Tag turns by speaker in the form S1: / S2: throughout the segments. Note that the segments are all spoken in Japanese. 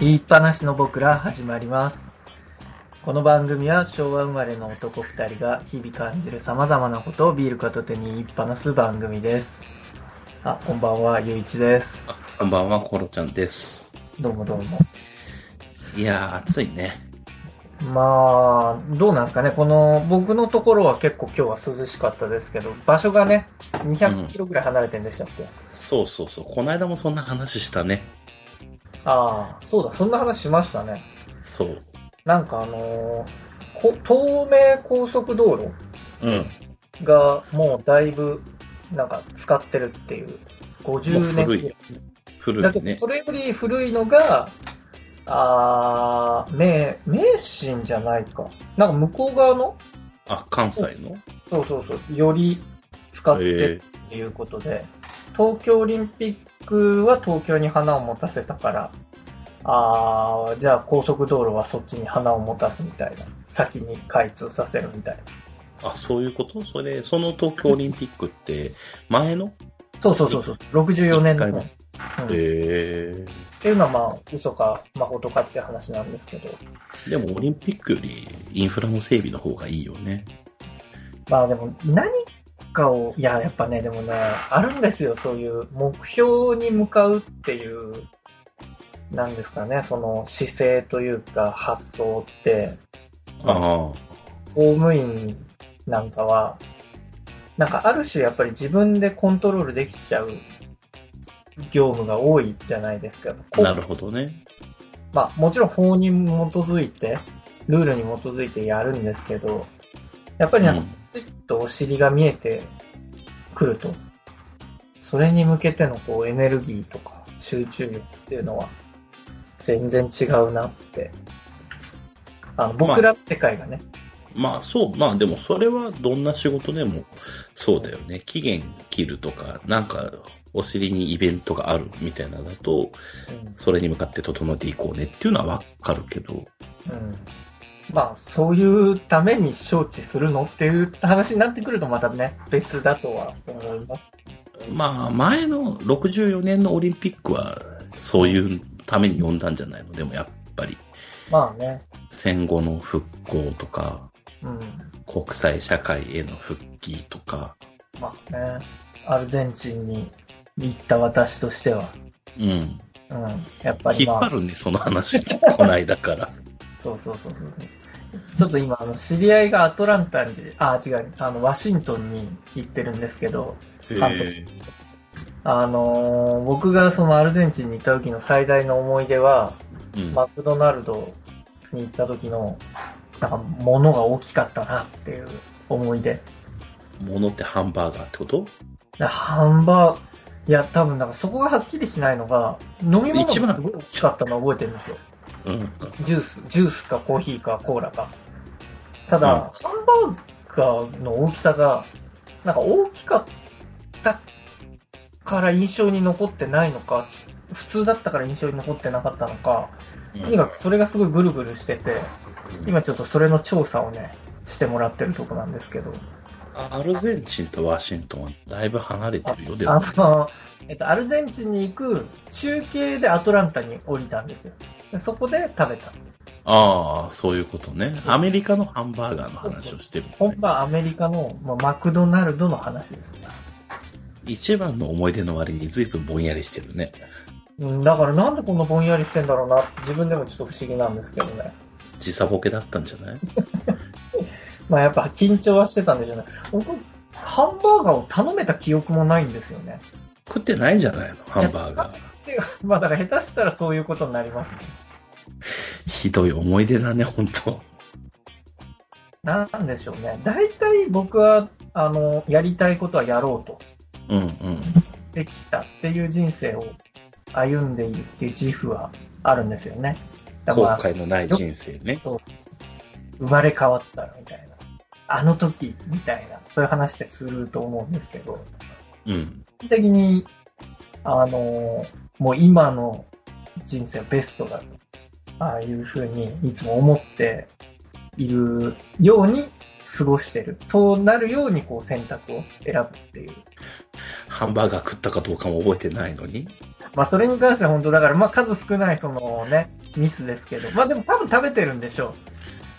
S1: 言いっぱなしの僕ら始まります。この番組は昭和生まれの男2人が日々感じる様々なことをビール片手に言いっぱなす番組です。あ、こんばんは、ゆういちです。
S2: こんばんは、コロちゃんです。
S1: どうもどうも。
S2: いやー、暑いね。
S1: まあ、どうなんですかね、この僕のところは結構今日は涼しかったですけど、場所がね、200キロぐらい離れてるんでしたっけ、
S2: そうそうそう。この間もそんな話したね。
S1: ああ、そうだ、そんな話しましたね。
S2: そう。
S1: なんかあのーこ東名高速道路
S2: うん。
S1: がもうだいぶなんか使ってるっていう、
S2: もう
S1: 50年
S2: 古
S1: ぐ
S2: い
S1: ら。い。だ
S2: 古
S1: けど、
S2: いね。
S1: それより古いのが、あー明、明神じゃないか。なんか向こう側の、
S2: あ、関西の
S1: そうそうそう、より使ってる
S2: え
S1: っていうことで、東京オリンピックは東京に花を持たせたから、あーじゃあ高速道路はそっちに花を持たすみたいな、先に開通させるみたいな。
S2: ー、あ、そういうことそれ、その東京オリンピックって、前の
S1: そうそうそうそう、64年の。
S2: 一回目
S1: うん
S2: え
S1: っていうのはまあ、嘘か魔法とかって話なんですけど、
S2: ー、でもオリンピックよりインフラの整備の方がいいよね。
S1: まあでも何かを、いや、やっぱね、でもね、あるんですよ、そういう目標に向かうっていう、なんですかね、その姿勢というか発想って、
S2: あ
S1: 公務員なんかは、なんかある種やっぱり自分でコントロールできちゃう業務が多いじゃないですか。
S2: あ、なるほどね。
S1: まあ、もちろん法に基づいて、ルールに基づいてやるんですけど、やっぱ
S2: う
S1: りなんか、
S2: ん、
S1: ちょっとお尻が見えてくると、それに向けてのこうエネルギーとか集中力っていうのは、全然違うなって。あの、僕らの世界がね、
S2: まあそう、まあでもそれはどんな仕事でもそうだよね。期限切るとか、なんかお尻にイベントがあるみたいなのだと、
S1: うん
S2: それに向かって整えていこうねっていうのはわかるけど、
S1: うんまあ、そういうために招致するのっていう話になってくるとまたね、別だとは思います。
S2: まあ前の64年のオリンピックはそういうために呼んだんじゃないのでもやっぱり
S1: まあね、
S2: 戦後の復興とか
S1: うん。
S2: 国際社会への復帰とか、
S1: まあね、アルゼンチンに行った私としては、
S2: うん。
S1: うん、やっぱり
S2: 引っ
S1: ま
S2: 張
S1: あ、
S2: るね、その話。こないだから。
S1: そうそうそうそう。ちょっと今、あの知り合いがアトランタに、あ、違う、あの、ワシントンに行ってるんですけど、半年あのー僕がそのアルゼンチンに行った時の最大の思い出は、
S2: うん
S1: マクドナルドに行った時の、なんか、物が大きかったなっていう思い出。
S2: ものってハンバーガーってこと
S1: ハンバーいや、多分なんかそこがはっきりしないのが、飲み物
S2: 一
S1: が
S2: 番
S1: すごい大きかったのを覚えてるんですよ。
S2: うん。
S1: ジュース、ジュースかコーヒーかコーラか。ただ、ハンバーガーの大きさが、なんか大きかったから印象に残ってないのか、ち普通だったから印象に残ってなかったのか、とにかくそれがすごいぐるぐるしてて、
S2: うん
S1: 今ちょっとそれの調査をね、してもらってるとこなんですけど。
S2: アルゼンチンとワシントンはだいぶ離れてるよ、で
S1: あ
S2: も。
S1: の、えっと、アルゼンチンに行く中継でアトランタに降りたんですよ。でそこで食べた。
S2: ああ、そういうことね。アメリカのハンバーガーの話をしてる、ね。
S1: 本場アメリカの、まあ、マクドナルドの話ですね。
S2: 一番の思い出の割に随分ぼんやりしてるね。
S1: うんだからなんでこんなぼんやりしてんだろうなって自分でもちょっと不思議なんですけどね。
S2: 時差ボケだったんじゃない
S1: まあやっぱ緊張はしてたんでしょうね。僕、ハンバーガーを頼めた記憶もないんですよね。
S2: 食ってないんじゃないのハンバーガー。
S1: っていうか、まあだから下手したらそういうことになりますね。
S2: ひどい思い出だね、本当
S1: なんでしょうね。大体僕は、あの、やりたいことはやろうと。
S2: うんうん。
S1: できたっていう人生を歩んでいるっていう自負はあるんですよね。だか
S2: 後
S1: ら、
S2: 悔のない人生ね。
S1: 生まれ変わったらみたいな。あの時みたいな。そういう話ってすると思うんですけど。
S2: うん。
S1: 基本的に、あの、もう今の人生はベストだと、ああいうふうにいつも思っているように過ごしてる。そうなるようにこう選択を選ぶっていう。
S2: ハンバーガー食ったかどうかも覚えてないのに。
S1: まあそれに関しては本当だから、まあ数少ないそのね、ミスですけど、まあでも多分食べてるんでしょう。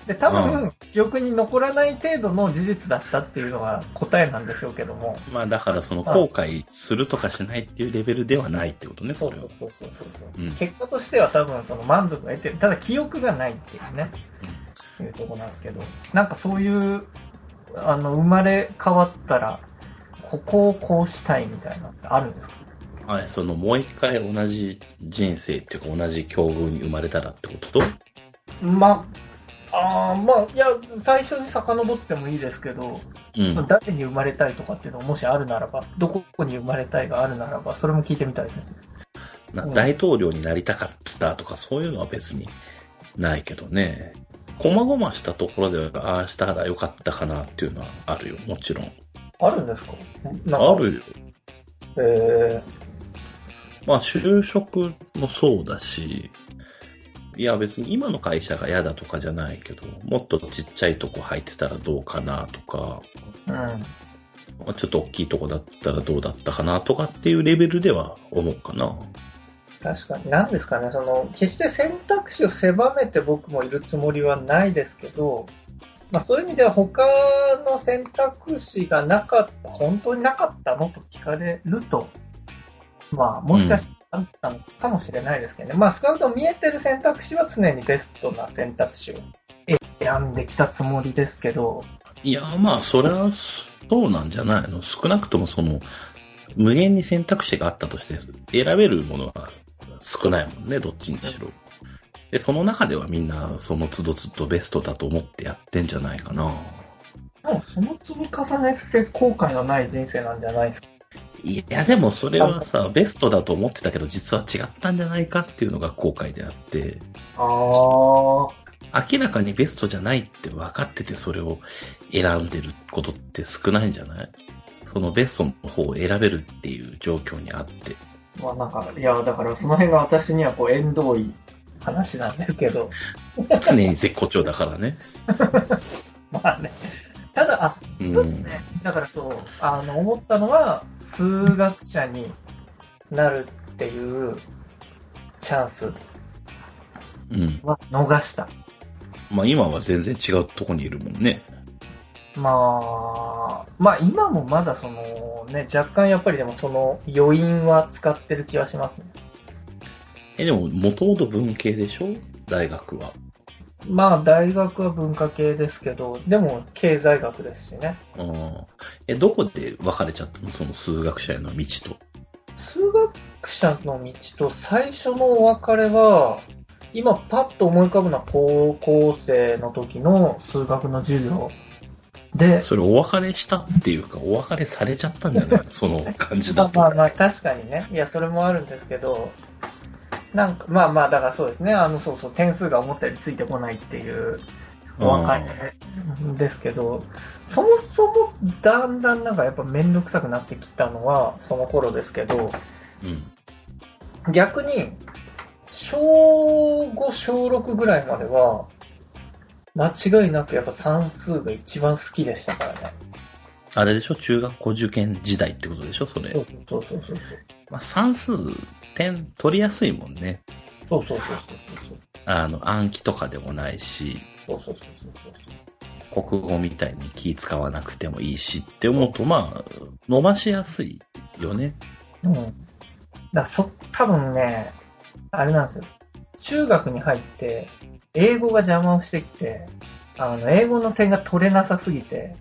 S1: で、多
S2: う
S1: 分記憶に残らない程度の事実だったっていうのが答えなんでしょうけども。
S2: まあだからその後悔するとかしないっていうレベルではないってことね、
S1: そ
S2: そうれ
S1: そ
S2: は
S1: う。そうそうそうそう、
S2: うん
S1: 結果としては多分その満足を得てる。ただ記憶がないっていうね、いうとこなんですけど、なんかそういう、あの、生まれ変わったら、ここをこうしたいみたいなのってあるんですか
S2: はい、そのもう一回同じ人生っていうか同じ境遇に生まれたらってことと、
S1: まあ、あーまあ、いや、最初に遡ってもいいですけど、
S2: うん。
S1: 誰に生まれたいとかっていうのがもしあるならば、どこに生まれたいがあるならば、それも聞いてみたいですね。
S2: な大統領になりたかったとかそういうのは別にないけどね。こまごましたところでああしたらよかったかなっていうのはあるよ、もちろん。
S1: あるんですかなんか
S2: あるよ。
S1: え
S2: まあ就職もそうだし、いや別に今の会社が嫌だとかじゃないけど、もっとちっちゃいとこ入ってたらどうかなとか、
S1: ー、
S2: まあちょっと大きいとこだったらどうだったかなとかっていうレベルでは思うかな。
S1: 確かに、なんですかね、その、決して選択肢を狭めて僕もいるつもりはないですけど、まあそういう意味では他の選択肢がなかった、本当になかったのと聞かれると、まあもしかしたらあったのかもしれないですけどね、まあ少なくとも見えてる選択肢は常にベストな選択肢を選んできたつもりですけど、
S2: いや、まあそれはそうなんじゃないの。少なくともその、無限に選択肢があったとして、選べるものは少ないもんね、どっちにしろ。で、その中ではみんなその都度都度ベストだと思ってやってんじゃないかな。
S1: でもその積み重ねって後悔のない人生なんじゃないですか。
S2: いや、でもそれはさ、ベストだと思ってたけど、実は違ったんじゃないかっていうのが後悔であって、
S1: ああ。
S2: 明らかにベストじゃないって分かってて、それを選んでることって少ないんじゃないそのベストの方を選べるっていう状況にあって。
S1: まあなんか、いや、だからその辺が私にはこう縁遠い話なんですけど、
S2: 常に絶好調だからね。
S1: まあね。ただ、あ、
S2: う
S1: 一つ
S2: ん。
S1: ね、だからそう、あの、思ったのは、数学者になるっていうチャンス
S2: うん。
S1: は逃した。
S2: まあ今は全然違うとこにいるもんね。
S1: まあ、まあ今もまだそのね、若干やっぱりでもその余韻は使ってる気はしますね。
S2: え、でも、もともと文系でしょ大学は。
S1: まあ大学は文化系ですけど、でも経済学ですしね。
S2: うん。え、どこで分かれちゃったのその数学者への道と。
S1: 数学者の道と最初のお別れは、今パッと思い浮かぶのは高校生の時の数学の授業で、
S2: それお別れしたっていうか、お別れされちゃったんじゃないのその感じ
S1: ま
S2: だ
S1: あ
S2: と。
S1: まあまあ確かにね、いやそれもあるんですけど、なんかまあまあだからそうですね、あのそうそう点数が思ったよりついてこないっていうお別れですけど、そもそもだんだんなんかやっぱ面倒くさくなってきたのはその頃ですけど、
S2: うん。
S1: 逆に、小5、小6ぐらいまでは、間違いなくやっぱ算数が一番好きでしたからね。
S2: あれでしょ中学校受験時代ってことでしょそれ。
S1: そうそうそうそうそう。
S2: まあ、算数、点取りやすいもんね。
S1: そうそうそう
S2: あの、暗記とかでもないし、
S1: そうそう。そうそうそうそう
S2: 国語みたいに気使わなくてもいいしって思うと、まあ、伸ばしやすいよね。
S1: そう。うん。だからそ、多分ね、あれなんですよ。中学に入って、英語が邪魔をしてきて、あの、英語の点が取れなさすぎて、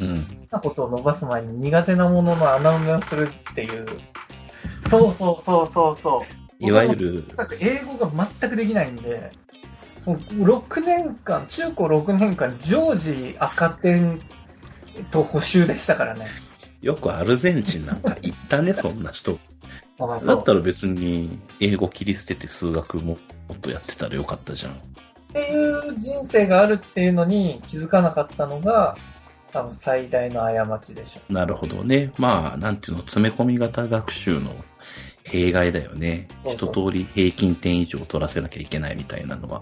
S2: うん。
S1: 好きなことを伸ばす前に苦手なものの穴埋めをするっていう。そうそうそうそうそう。
S2: いわゆる、
S1: とにかく英語が全くできないんで、もう6年間、中高6年間、常時赤点と補修でしたからね。
S2: よくアルゼンチンなんか行った ね、そんな人。
S1: あ
S2: だったら別に、英語切り捨てて数学ももっとやってたらよかったじゃん。
S1: っていう人生があるっていうのに気づかなかったのが、多分最大の過ちでしょ
S2: なるほどね。まあ、なんていうの、詰め込み型学習の弊害だよね。
S1: そうそ
S2: 一
S1: う
S2: 通り平均点以上取らせなきゃいけないみたいなのは。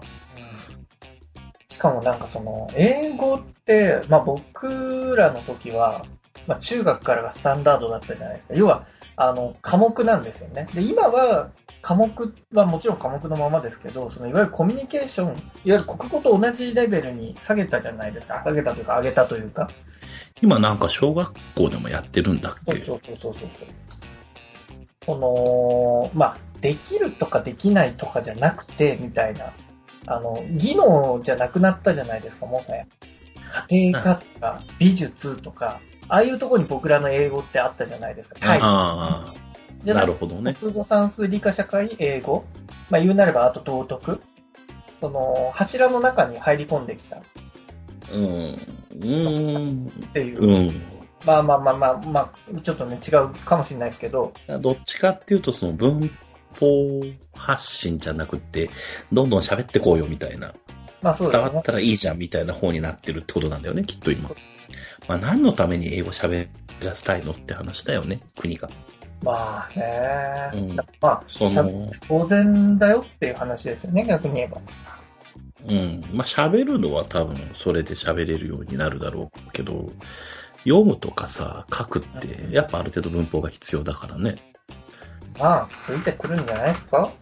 S1: う。しかもなんかその、英語って、まあ僕らの時は、まあ中学からがスタンダードだったじゃないですか。要は、あの、科目なんですよね。で、今は、科目はもちろん科目のままですけど、そのいわゆるコミュニケーション、いわゆる国語と同じレベルに下げたじゃないですか。下げたというか、上げたというか。
S2: 今なんか小学校でもやってるんだっ
S1: そう
S2: け
S1: そうそうそうそう。その、まあ、できるとかできないとかじゃなくて、みたいな。あの、技能じゃなくなったじゃないですか、もはや。家庭科とか、美術とか、ああいうところに僕らの英語ってあったじゃないですか。は
S2: あ
S1: い。
S2: あ、
S1: じゃな
S2: ないるほどね。
S1: 国語、算数、理科、社会、英語。まあ、言うなれば、あと道徳。その、柱の中に入り込んできたっ
S2: うん。うん。
S1: ていう。
S2: うん。
S1: まあまあまあまあ、まあ、ちょっとね、違うかもしれないですけど、
S2: どっちかっていうと、その文法発信じゃなくて、どんどん喋ってこうよみたいな、
S1: まあそう
S2: 伝
S1: です
S2: わったらいいじゃんみたいな方になってるってことなんだよね、きっと今。まあ何のために英語喋らせたいのって話だよね、国が。
S1: まあね、
S2: うん
S1: まあ、
S2: その、
S1: 当然だよっていう話ですよね、逆に言えば。
S2: うん。まあ喋るのは多分それで喋れるようになるだろうけど、読むとかさ、書くって、やっぱある程度文法が必要だからね。
S1: まあ、ついてくるんじゃないですか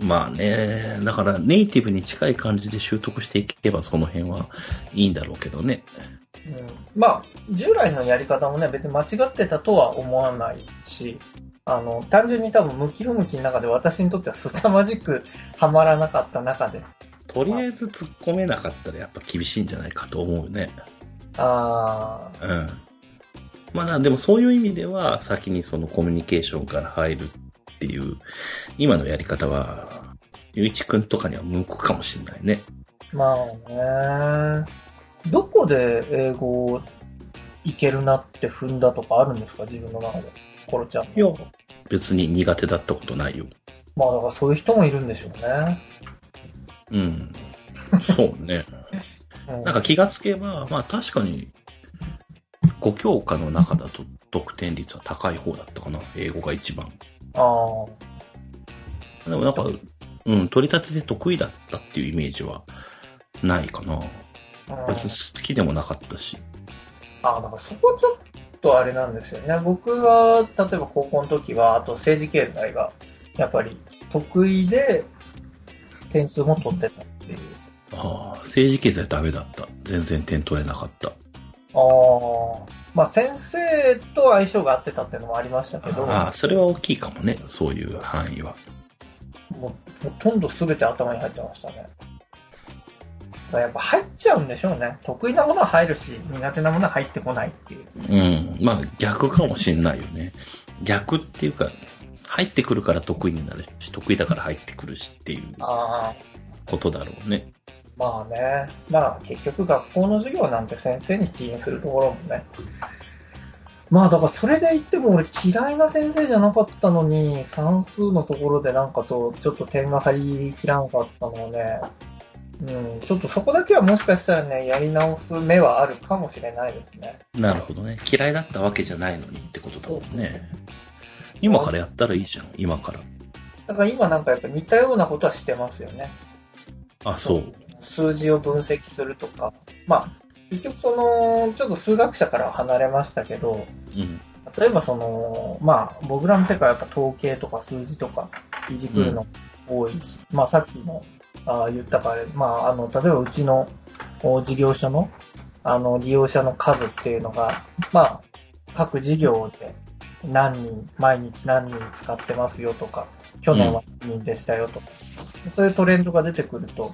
S2: まあね、だからネイティブに近い感じで習得していけばその辺はいいんだろうけどね。
S1: うん、まあ、従来のやり方もね、別に間違ってたとは思わないし、あの、単純に多分、ムキロムキの中で私にとっては凄まじくハマらなかった中で、
S2: とりあえず突っ込めなかったらやっぱ厳しいんじゃないかと思うよね。
S1: あ
S2: うん。まあなでもそういう意味では先にそのコミュニケーションから入るっていう、今のやり方は、ゆういちくんとかには向くかもしれないね。
S1: ー、まあね、どこで英語いけるなって踏んだとかあるんですか、自分の中で。コロちゃんの。
S2: いや、別に苦手だったことないよ。
S1: まあ、だからそういう人もいるんでしょうね。
S2: うん。そう ね。
S1: うん
S2: なんか気がつけば、まあ確かに、5教科の中だと得点率は高い方だったかな、英語が一番。
S1: あ
S2: でもなんか、うん、取り立てて得意だったっていうイメージはないかな。
S1: あ、うん
S2: 別に好きでもなかったし。
S1: あだからそこちょっとあれなんですよね。僕は、例えば高校の時は、あと政治経済が、やっぱり得意で、点数も取ってたっていう。
S2: ああ、政治経済ダメだった。全然点取れなかった。
S1: ああ、まあ先生と相性が合ってたっていうのもありましたけど、
S2: ああ、それは大きいかもね、そういう範囲は。
S1: もうほとんど全て頭に入ってましたね。だからやっぱ入っちゃうんでしょうね。得意なものは入るし、苦手なものは入ってこないっていう。
S2: うん、まあ逆かもしんないよね。逆っていうか、入ってくるから得意になるし、得意だから入ってくるしっていう
S1: ああ、
S2: ことだろうね。
S1: まあね、まあ結局学校の授業なんて先生に起因するところもね。まあだからそれで言っても俺嫌いな先生じゃなかったのに算数のところでなんかとちょっと点が入りきらなかったのはね、うん、ちょっとそこだけはもしかしたらね、やり直す目はあるかもしれないですね。
S2: なるほどね。嫌いだったわけじゃないのにってことだもんね。今からやったらいいじゃん、今から。
S1: だから今なんかやっぱ似たようなことはしてますよね。
S2: あ、そう。
S1: 数字を分析するとか。まあ結局その、ちょっと数学者からは離れましたけど、
S2: うん。
S1: 例えばその、まあ、僕らの世界はやっぱ統計とか数字とかいじくるの多いし、まあさっきのあー言ったから、まああの、例えばうちのお事業所のあの利用者の数っていうのが、まあ各事業で何人、毎日何人使ってますよとか、去年は何人でしたよとか、そういうトレンドが出てくると、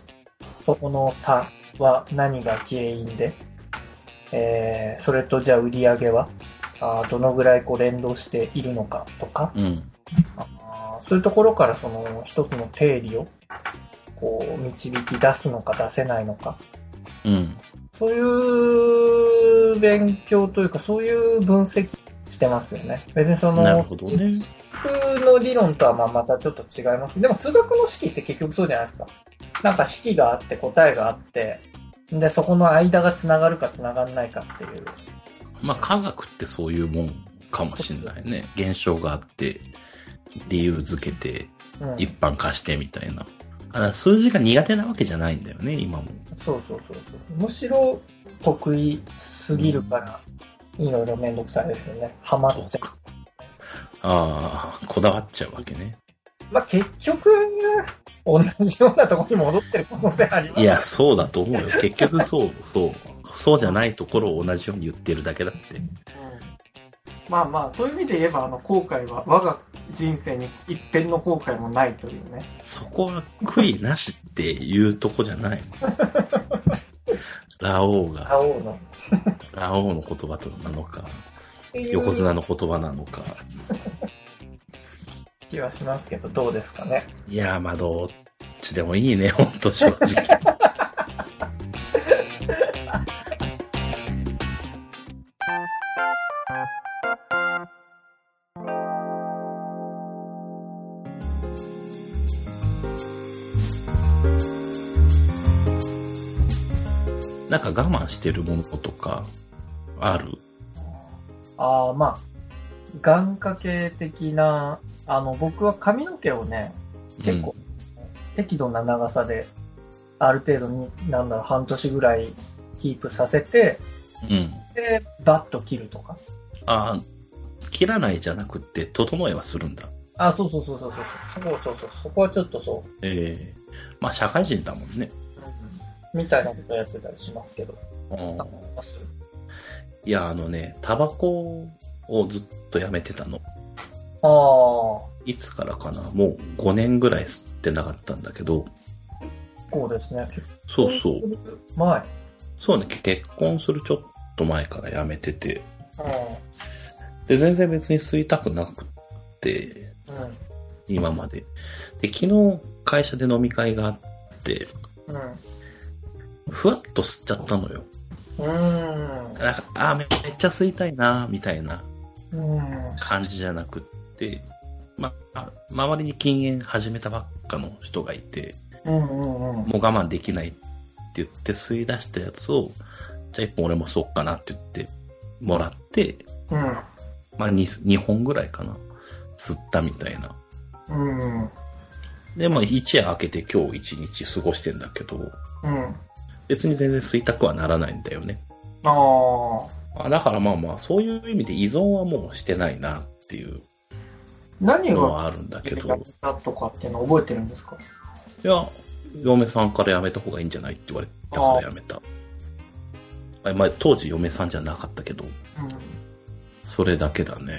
S1: そこの差は何が原因で、えーそれとじゃあ売り上げはあーどのぐらいこう連動しているのかとか、
S2: うん。
S1: あーそういうところからその一つの定理をこう導き出すのか出せないのか、
S2: うん。
S1: そういう勉強というか、そういう分析してますよね。別にその、
S2: なるほどね。
S1: 数学の理論とはまあまたちょっと違います。でも数学の式って結局そうじゃないですか。なんか式があって答えがあって、で、そこの間がつながるかつながらないかっていう。
S2: まあ科学ってそういうもんかもしんないね。現象があって、理由づけて、
S1: うん
S2: 一般化してみたいな。あ数字が苦手なわけじゃないんだよね、今も。
S1: そうそうそうそう。むしろ得意すぎるから、いろいろめんどくさいですよね。ハマっちゃう。
S2: ああ、こだわっちゃうわけね。
S1: まあ結局、同じようなところに戻ってる可能性あります。
S2: いや、そうだと思うよ。結局そう、 そう。そうじゃないところを同じように言ってるだけだって。
S1: うんまあまあ、そういう意味で言えば、あの、後悔は、我が人生に一辺の後悔もないというね。
S2: そこは悔いなしっていうとこじゃない。ラオウが、
S1: 青の。
S2: ラオウの言葉となのか、
S1: っていう
S2: 横綱の言葉なのか。
S1: 気はしますけど、どうですかね。
S2: いや、まあどっちでもいいね、ほんと正直。 なんか我慢してるものとかある
S1: ああ、まあ、願掛け的な、あの、僕は髪の毛をね、結構、適度な長さで、ある程度に、なんだろう、半年ぐらいキープさせて、
S2: うん。うん。
S1: で、バッと切るとか。
S2: あー切らないじゃなくて、整えはするんだ。
S1: あ、そうそうそうそうそう。そうそうそう。そこはちょっとそう。
S2: ええまあ社会人だもんね。
S1: みたいなことやってたりしますけど。
S2: うん
S1: あります
S2: いや、あのね、タバコをずっとやめてたの。
S1: ああ、
S2: いつからかな、もう5年ぐらい吸ってなかったんだけど、
S1: こうですね。
S2: そうそう、。
S1: 前。
S2: そうね、結婚するちょっと前からやめてて、
S1: う
S2: で、全然別に吸いたくなくって、
S1: ん。
S2: 今まで。で、昨日会社で飲み会があって、
S1: うん。
S2: ふわっと吸っちゃったのよ。
S1: うん。
S2: なんか、あー、めめっちゃ吸いたいな、みたいな
S1: うん。
S2: 感じじゃなくって、まあ、周りに禁煙始めたばっかの人がいて、
S1: うん。うん。うん。
S2: もう我慢できないって言って吸い出したやつを、じゃあ一本俺も吸おっかなって言ってもらって、
S1: うん。
S2: まあ 2, 2本ぐらいかな、吸ったみたいな。
S1: うん。
S2: で、まあ一夜明けて今日一日過ごしてんだけど、
S1: うん。
S2: 別に全然吸いたくはならないんだよね。
S1: ああ。
S2: あだからまあまあ、そういう意味で依存はもうしてないなっていう
S1: 何
S2: のは
S1: が
S2: あるんだけど、
S1: やめたとかっていうの覚えてるんですか
S2: いや、嫁さんからやめた方がいいんじゃないって言われたからやめた。あまあ当時嫁さんじゃなかったけど、
S1: うん。
S2: それだけだね。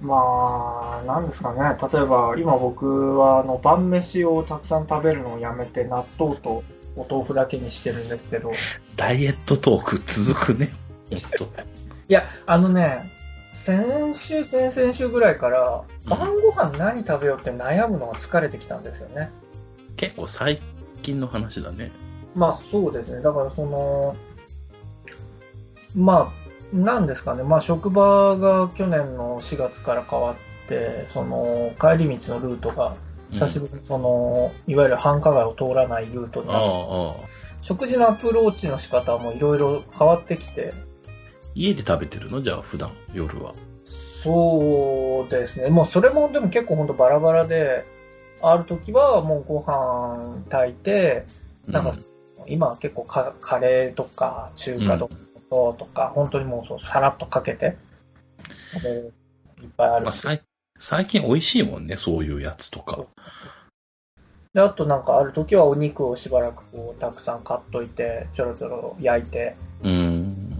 S1: まあ、なんですかね。例えば、今僕は、あの、晩飯をたくさん食べるのをやめて、納豆とお豆腐だけにしてるんですけど。
S2: ダイエットトーク続くね。えっと、
S1: いや、あのね、先週、先々週ぐらいから、
S2: うん
S1: 晩ご飯何食べようって悩むのが疲れてきたんですよね。
S2: 結構最近の話だね。
S1: まあそうですね、だからその、まあ、なんですかね、まあ職場が去年の4月から変わって、その帰り道のルートが、久しぶりにその、いわゆる繁華街を通らないルートに
S2: ああ
S1: なって、
S2: ああ。
S1: 食事のアプローチの仕方もいろいろ変わってきて、
S2: 家で食べてるのじゃあ普段、夜は。
S1: そうですね。もうそれもでも結構本当バラバラで、ある時はもうご飯炊いて、なんか
S2: う
S1: 今は結構カカレーとか中華とかとか、本当にもうそうさらっとかけて、でいっぱいある
S2: まあ、最最近美味しいもんね、そういうやつとか。
S1: で、あとなんかある時はお肉をしばらくこうたくさん買っといて、ちょろちょろ焼いて、
S2: うーん。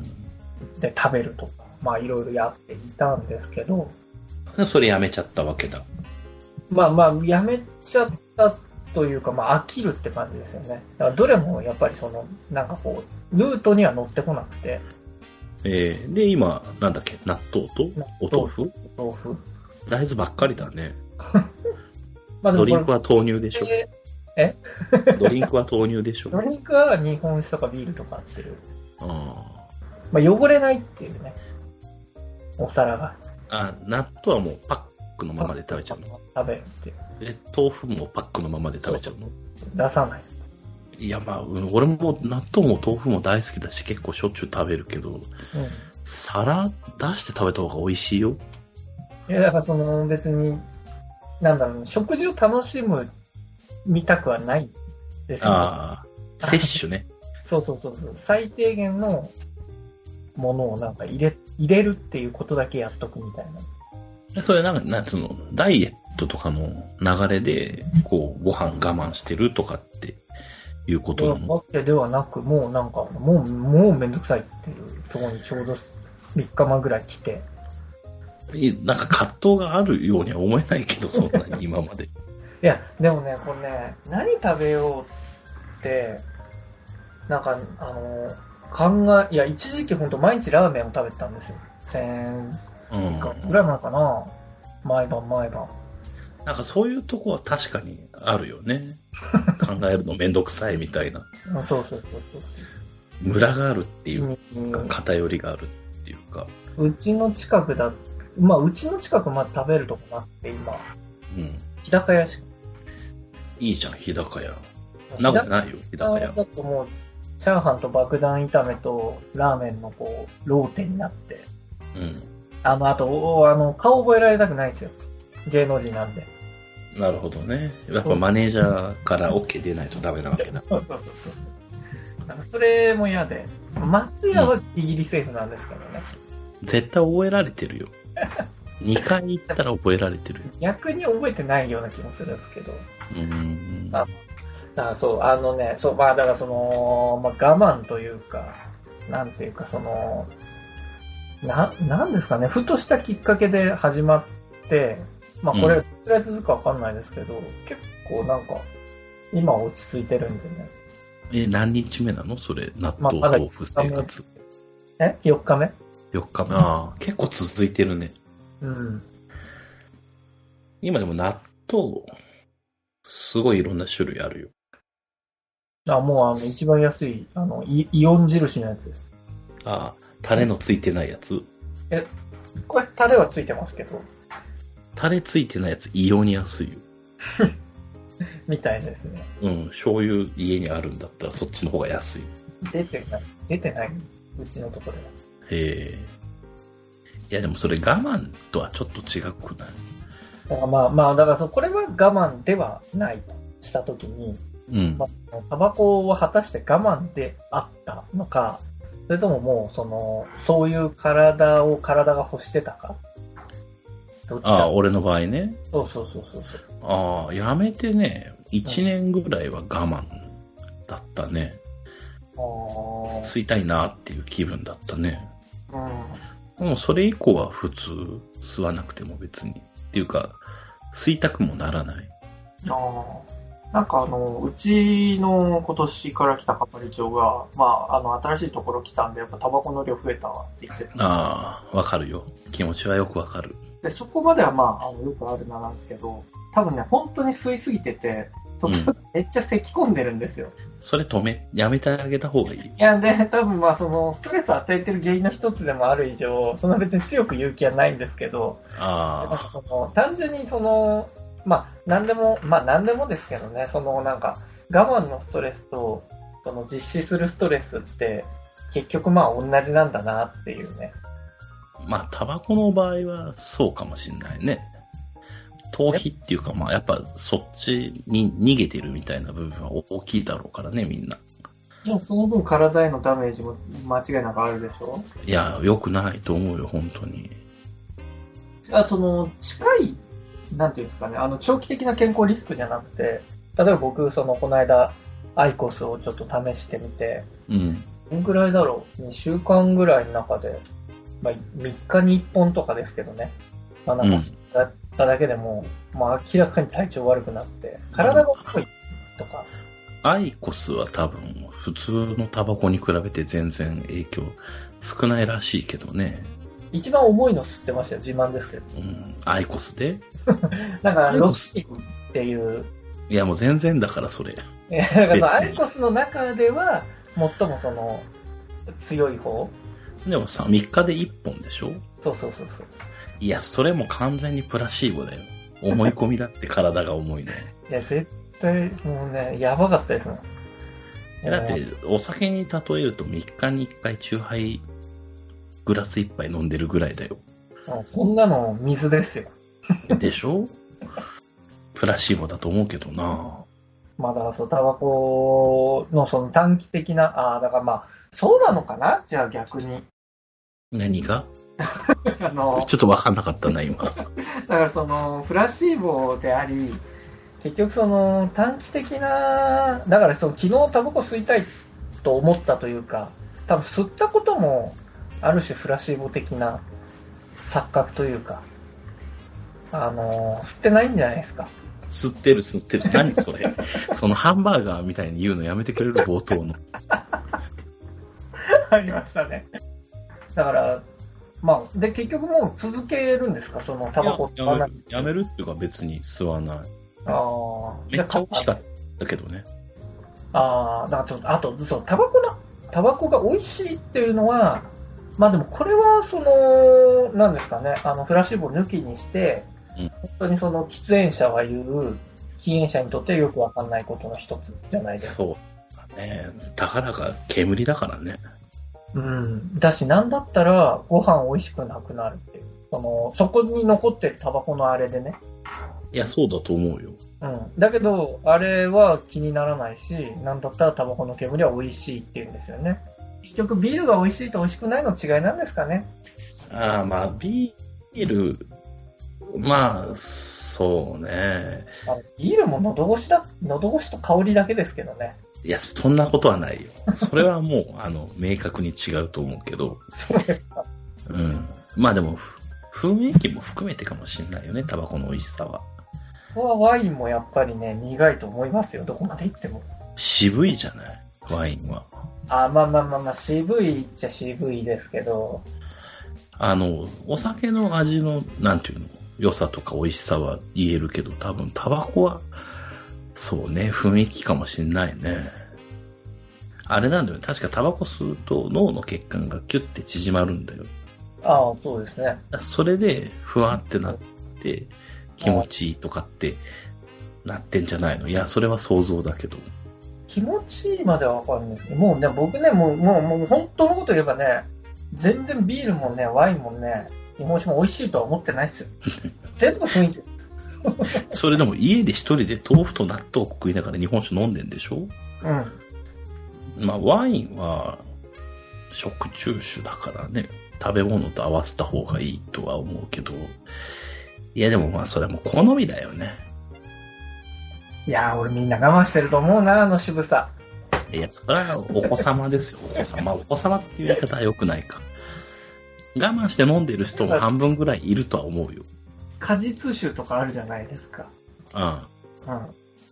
S1: で食べるとか、まあいろいろやっていたんですけど、
S2: それやめちゃったわけだ。
S1: まあまあ、やめちゃったというか、まあ、飽きるって感じですよね。だからどれもやっぱりその、なんかこう、ルートには乗ってこなくて、
S2: えー、で、今、なんだっけ、納豆とお豆腐
S1: 豆腐。
S2: 大豆ばっかりだね。
S1: まあ
S2: ドリンク
S1: は
S2: は豆乳でしょ。ドリンクは豆乳でしょ。
S1: ドリンクは日本酒とかビールとかっていう。
S2: あ
S1: まあ、汚れないっていうね。お皿が。
S2: ああ、納豆はもうパックのままで食べちゃうの。
S1: 食べるっていう。
S2: で、豆腐もパックのままで食べちゃうの。
S1: 出さない。
S2: いや、まあ、うん俺も納豆も豆腐も大好きだし、結構しょっちゅう食べるけど、
S1: う
S2: 皿出して食べた方が美味しいよ。
S1: ん。いや、だからその、別に、なんだろうね、食事を楽しむ見たくはないんですよ、
S2: ああ、摂取ね。
S1: そうそうそうそう。最低限のものをなんか入れ、入れるっていうことだけやっとくみたいな。
S2: それなんか、なんその、ダイエットとかの流れで、こう、ご飯我慢してるとかっていうことなの
S1: わけではなく、もうなんか、もう、もうめんどくさいっていうところにちょうど3日間ぐらい来て、
S2: いなんか葛藤があるようには思えないけど、そんなに今まで。
S1: いや、でもね、これね、何食べようって、なんか、あの、考え、いや、一時期ほんと毎日ラーメンを食べてたんですよ。1000
S2: うん。
S1: ぐらい前かな。毎晩毎晩。
S2: なんかそういうとこは確かにあるよね。考えるのめんどくさいみたいな。
S1: うんそうそうそうそう。
S2: ムラがあるっていう
S1: う
S2: か、
S1: ん
S2: 偏りがあるっていうか。
S1: うちの近くだ、まあ、うちの近くまで食べるとこがあって、今、
S2: うん。
S1: 日高屋しか、
S2: いいじゃん、日高屋。名古屋ないよ、日
S1: 日高
S2: 高
S1: 屋
S2: 屋。
S1: だともう、チャーハンと爆弾炒めとラーメンのこう、ローテになって、
S2: うん。
S1: あの、あと、おあの、顔覚えられたくないんですよ。芸能人なんで。
S2: なるほどね。やっぱマネージャーから OK 出ないとダメなわけだ。
S1: そうそうそうそう。なんかそれも嫌で、松屋はイギリス政府なんですからね。
S2: 絶対覚えられてるよ。2回行ったら覚えられてるよ。
S1: 逆に覚えてないような気もするんですけど。
S2: うん。
S1: ああそう、あのね、そう、まあだからその、まあ我慢というか、なんていうかその、な、なんですかね、ふとしたきっかけで始まって、まあこ
S2: う
S1: れ、どれくらい続くかわかんないですけど、結構なんか、今落ち着いてるんでね。
S2: え、何日目なのそれ、納豆、
S1: まだ
S2: 豆腐生活。
S1: え ?4 日目
S2: 4日目。ああ、結構続いてるね。
S1: うん。
S2: 今でも納豆、すごいいろんな種類あるよ。
S1: あ、もうあの、一番安い、あの、イイオン印のやつです。
S2: ああ、タレのついてないやつ。
S1: これ、タレはついてますけど、
S2: タレついてないやつ、異様に安いよ。
S1: みたいですね。
S2: うん、醤油家にあるんだったらそっちの方が安い。
S1: 出てない、出てない、うちのとこでは。
S2: へえ。いや、でもそれ我慢とはちょっと違くない
S1: だからまあまあ、だからそうこれは我慢ではないとしたときに、
S2: うん。
S1: まあ、タバコは果たして我慢であったのか、それとももう、その、そういう体を体が欲してたか。どっち
S2: あ
S1: だ
S2: あ、俺の場合ね。
S1: そうそうそうそうそう。
S2: ああ、やめてね、1年ぐらいは我慢だったね。
S1: あ
S2: 吸いたいなっていう気分だったね。
S1: ーうん
S2: もうそれ以降は普通、吸わなくても別に。っていうか、吸いたくもならない。
S1: ああ。なんかあの、うちの今年から来た係長が、まあ、あの、新しいところ来たんで、やっぱタバコの量増えたわって言ってた。
S2: ああ、わかるよ。気持ちはよくわかる。
S1: で、そこまではまあ、あのよくあるななんですけど、多分ね、本当に吸いすぎてて、
S2: うん
S1: 時々めっちゃ咳込んでるんですよ。
S2: それ止め、やめてあげた方がいい。
S1: いや、で、多分まあ、その、ストレスを与えてる原因の一つでもある以上、そんな別に強く言う気はないんですけど、なんか
S2: あ
S1: その、単純にその、まあ、なんでも、まあ、なんでもですけどね、その、なんか、我慢のストレスと、その、実施するストレスって、結局まあ、同じなんだなっていうね。
S2: あ、まあ、タバコの場合はそうかもしんないね。逃避っていうか、まあ、やっぱそっちに逃げてるみたいな部分は大きいだろうからね、みんな。
S1: でもその分、体へのダメージも間違いなくあるでしょ
S2: いや、良くないと思うよ、本当に。
S1: あその近い、なんていうんですかね、あの長期的な健康リスクじゃなくて、例えば僕、そのこの間、アイコスをちょっと試してみて、
S2: うん。
S1: どんぐらいだろう、2週間ぐらいの中で、まあ、3日に1本とかですけどね、まあ、なん
S2: うん
S1: か、だっただけでも、まあ、明らかに体調悪くなって、体が重いとか、
S2: アイコスは多分、普通のタバコに比べて全然影響少ないらしいけどね。
S1: 一番重いの吸ってましたよ、自慢ですけど、
S2: うん。アイコスで
S1: なんか、
S2: アイ
S1: ロ
S2: コ
S1: ッ
S2: ス
S1: キーっていう、
S2: いや、もう全然だから、それ。
S1: えなんかそのア
S2: 別に
S1: イコスの中では、最もその強い方、
S2: でもさ、3日で1本でしょ
S1: そうそうそうそう。
S2: いや、それも完全にプラシーボだよ。思い込みだって体が重いね。
S1: いや、絶対、もうね、やばかったですもん。
S2: いやだって、お酒に例えると3日に1回チューハイグラス1杯飲んでるぐらいだよ。
S1: もうそんなの水ですよ。
S2: でしょプラシーボだと思うけどな
S1: まあだからそう、タバコのその短期的な、ああ、だからまあ、そうなのかなじゃあ逆に。
S2: 何が
S1: あの、
S2: ちょっとわかんなかったな、今。
S1: だからその、フラシーボであり、結局その、短期的な、だからその、昨日タバコ吸いたいと思ったというか、多分吸ったことも、ある種フラシーボ的な錯覚というか、あの、吸ってないんじゃないですか。
S2: 吸ってる、吸ってる。何それ。 そのハンバーガーみたいに言うのやめてくれる冒頭の。
S1: ありましたね。だから、まあ、で、結局もう続けるんですかその タバコ吸
S2: や
S1: わ
S2: や
S1: な
S2: め
S1: い。
S2: るやめるっていうか別に吸わない。
S1: ああ、
S2: めっちゃ美味しか
S1: っ
S2: ったけどね。
S1: た。ああ、だからちょっと、あと、そう、タバコの、タバコが美味しいっていうのは、まあでもこれは、その、なんですかね、あの、フラッシュボ抜きにして、
S2: うん
S1: 本当にその、喫煙者が言う、禁煙者にとってよくわかんないことの一つじゃないですか。
S2: そう。ねたかだか煙だからね。
S1: うん。だし、なんだったら、ご飯美味しくなくなるっていう。その、そこに残ってるタバコのあれでね。
S2: いや、そうだと思うよ。
S1: うん、だけど、あれは気にならないし、なんだったらタバコの煙は美味しいって言うんですよね。結局、ビールが美味しいと美味しくないの違いなんですかね。
S2: ああ、まあ、ビール、まあ、そうね。
S1: あのビールも喉越しだ、喉越しと香りだけですけどね。
S2: いや、そんなことはないよ。それ はもう、あの、明確に違うと思うけど。
S1: そうですか。
S2: うん。まあでも、ふ雰囲気も含めてかもしれないよね、タバコの美味しさは。
S1: ここはワインもやっぱりね、苦いと思いますよ、どこまで行っても。
S2: 渋いじゃないワインは。
S1: あ、まあまあまあまあ、渋いっちゃ渋いですけど、
S2: あの、お酒の味の、なんていうの、良さとか美味しさは言えるけど、多分タバコは、そうね、雰囲気かもしんないね。あれなんだよね、確かタバコ吸うと脳の血管がキュッて縮まるんだよ。
S1: ああ、そうですね。
S2: それで、ふわってなって、気持ちいいとかって、なってんじゃないのいや、それは想像だけど。
S1: 気持ちいいまではわかるんですけど、もうね、僕ね、もう、もう、もう本当のこと言えばね、全然ビールもね、ワインもね、日本酒も美味しいとは思ってないです よ。全部雰囲気。
S2: それでも家で一人で豆腐と納豆を食いながら日本酒飲んでんでしょ
S1: うん。
S2: まあ、ワインは食中酒だからね、食べ物と合わせた方がいいとは思うけど、いやでもまあそれはもう好みだよね。
S1: いやー、俺みんな我慢してると思うな、あの渋さ。
S2: いや、それはお子様ですよ、お子様。お子様っていう言い方は良くないか。我慢して飲んでる人も半分ぐらいいるとは思うよ。
S1: 果実酒とかあるじゃないですか。
S2: うん。
S1: うん。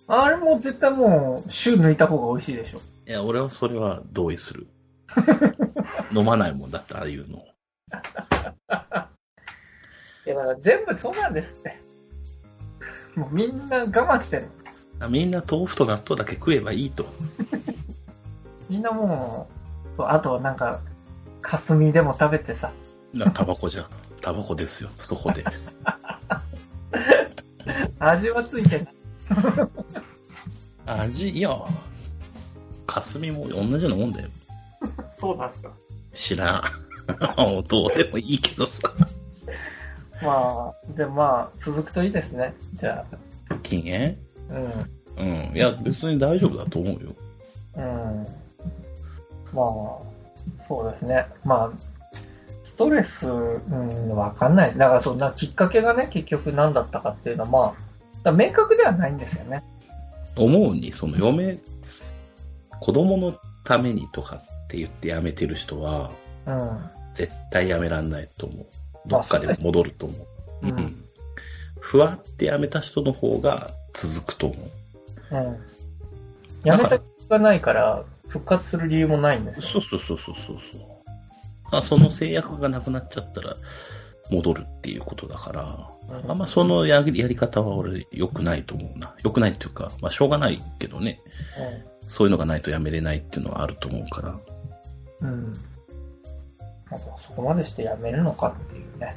S1: あれも絶対もう、酒抜いた方が美味しいでしょ。
S2: いや、俺はそれは同意する。 飲まないもんだって、ああいうの。
S1: いや、だから全部そうなんですって。もうみんな我慢してる。
S2: あみんな豆腐と納豆だけ食えばいいと。
S1: みんなもう、そうあとなんか、霞でも食べてさ、
S2: なタバコじゃん。タバコですよ、そこで。
S1: 味はついてない
S2: 味、いや、霞も同じようなもんだよ。
S1: そうなんですか。
S2: 知らん。 もうどうでもいいけどさ。
S1: まあ、で、まあ、続くといいですね。じゃあ、
S2: 禁煙
S1: うん。
S2: うん。いや、別に大丈夫だと思うよ。
S1: うん。まあ、そうですね。まあ、ストレス、うん、わかんないです。だから、そんなきっかけがね、結局何だったかっていうのは、まあ、だから明確ではないんですよね。
S2: 思うに、その嫁、子供のためにとかって言って辞めてる人は、
S1: うん。
S2: 絶対やめらんないと思う。どっかで戻ると思う。
S1: う
S2: うんん。ふわってやめた人の方が続くと思う。
S1: うん。やめた気がないから、復活する理由もないんですよ。
S2: そうそうそうそうそうそう。あその制約がなくなっちゃったら戻るっていうことだから、
S1: うん
S2: あんまそのやりやり方は俺良くないと思うな。良くないっていうか、まあしょうがないけどね、そういうのがないとやめれないっていうのはあると思うから。
S1: うん。うん。まあそこまでしてやめるのかっていうね。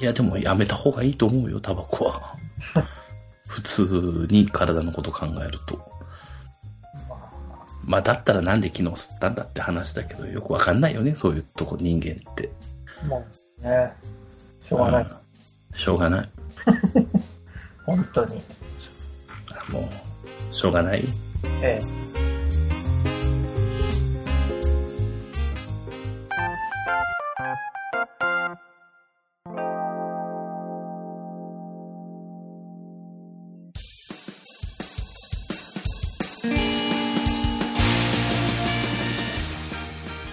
S2: いやでもやめた方がいいと思うよ、タバコは。 普通に体のこと考えると。
S1: まあ
S2: まあだったらなんで昨日吸ったんだって話だけど、よくわかんないよね、そういうとこ人間って。
S1: まあね、しょうがないです、
S2: うんしょうがない。
S1: 本当に。
S2: もう、しょうがない。
S1: ええ。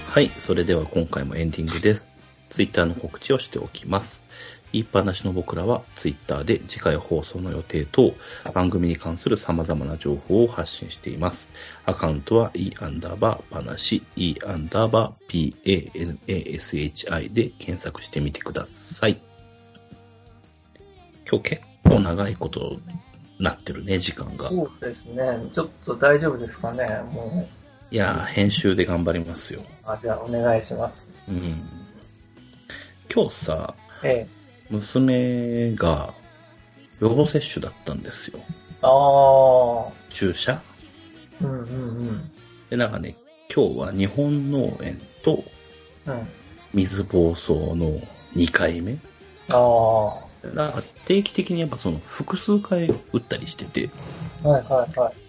S2: はい、それでは今回もエンディングです。ツイッターの告知をしておきます。言いっぱなしの僕らはツイッターで次回放送の予定等、番組に関する様々な情報を発信しています。アカウントは e アンダーバー話、e アンダーバー panashi で検索してみてください。今日結構長いことなってるね、時間が。
S1: そうですね。ちょっと大丈夫ですかね。も
S2: いやー、編集で頑張りますよ。
S1: う、あじゃあお願いします。
S2: うん。今日さ、
S1: ええ。
S2: 娘が予防接種だったんですよ。
S1: ああ、
S2: 注射
S1: うんうんうん。
S2: で、なんかね、今日は日本農園と
S1: うん。
S2: 水疱瘡の2回目。
S1: ああ、は
S2: なんか定期的にやっぱその複数回打ったりしてて、
S1: いはいはい。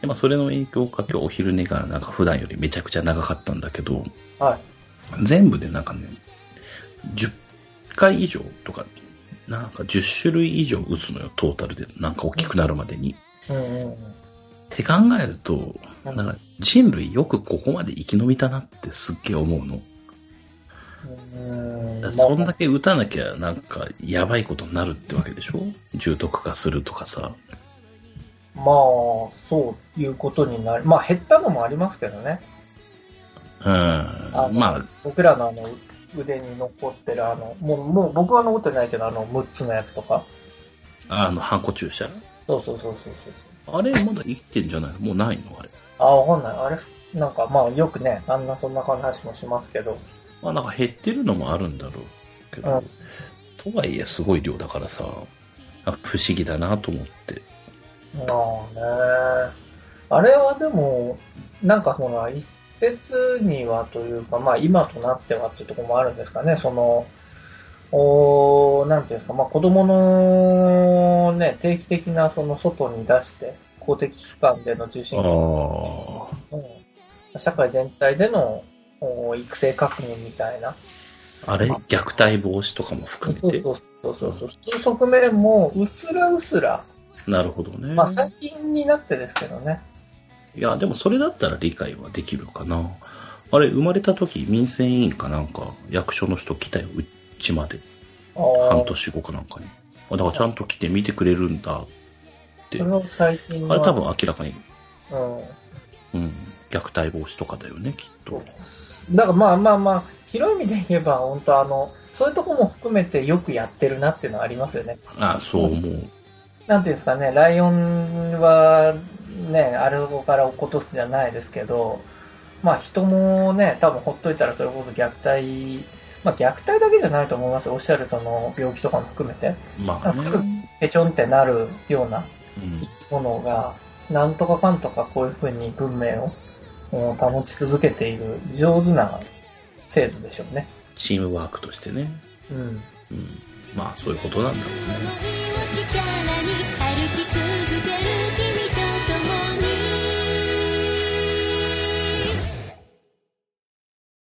S2: でまあ、それの影響か今日お昼寝がなんか普段よりめちゃくちゃ長かったんだけど、
S1: はい。
S2: 全部でなんかね、10回以上とか、なんか10種類以上打つのよ、トータルで。なんか大きくなるまでに。
S1: うんうんうん。
S2: って考えると、
S1: うん
S2: なんか人類よくここまで生き延びたなってすっげえ思うの。
S1: うーん
S2: そんだけ打たなきゃなんかやばいことになるってわけでしょ重篤化するとかさ。
S1: まあ、そういうことになり、まあ減ったのもありますけどね。
S2: うん。まあ、
S1: 僕らのあの腕に残ってるあの、もう、もう僕は残ってないけど、あの6つのやつとか。
S2: あの、ハンコ注射。
S1: そうそうそうそうそう。
S2: あれまだ生きてんじゃないのもうないのあれ。
S1: あ、わかんない。あれなんかまあよくね、あんなそんな話もしますけど。
S2: まあなんか減ってるのもあるんだろうけど。とはいえすごい量だからさ、なんか不思議だなと思って。
S1: まあね。あれはでも、なんかほら、一説にはというか、まあ今となってはっていうところもあるんですかね、その、おーなんていうんですか、まあ子供のね、定期的なその外に出して、公的機関での受
S2: あ
S1: 信
S2: あ
S1: 機うん社会全体でのおー育成革命みたいな。
S2: ー。あれ虐待防止とかも含
S1: そう
S2: めて。
S1: そうそうそうそう。そういう側面も、うすらうすら、
S2: なるほどね。
S1: まあ最近になってですけどね。
S2: いや、でもそれだったら理解はできるかな。あれ、生まれた時、民生委員かなんか、役所の人来たよ、うちまで。
S1: あー
S2: 半年後かなんかに。あだからちゃんと来て見てくれるんだって。
S1: それ
S2: あ
S1: は最近の
S2: れ多分明らかに、
S1: う
S2: うん、虐待防止とかだよね、きっと。
S1: ん。だからまあまあまあ、広い意味で言えば、本当あの、そういうとこも含めてよくやってるなっていうのはありますよね。
S2: あそう思う。
S1: なんていうんですかね、ライオンはね、あれこから落っことすじゃないですけど、まあ人もね、多分ほっといたらそれこそ虐待、まあ虐待だけじゃないと思いますよおっしゃるその病気とかも含めて、
S2: まあ
S1: あそう
S2: ね。
S1: ぺちょんってなるような
S2: うん
S1: ものが、なんとかかんとかこういうふうに文明をうん保ち続けている上手な制度でしょうね。
S2: チームワークとしてね。
S1: うん。
S2: うん、まあ、そういうことなんだろう
S3: 「力に歩き続ける」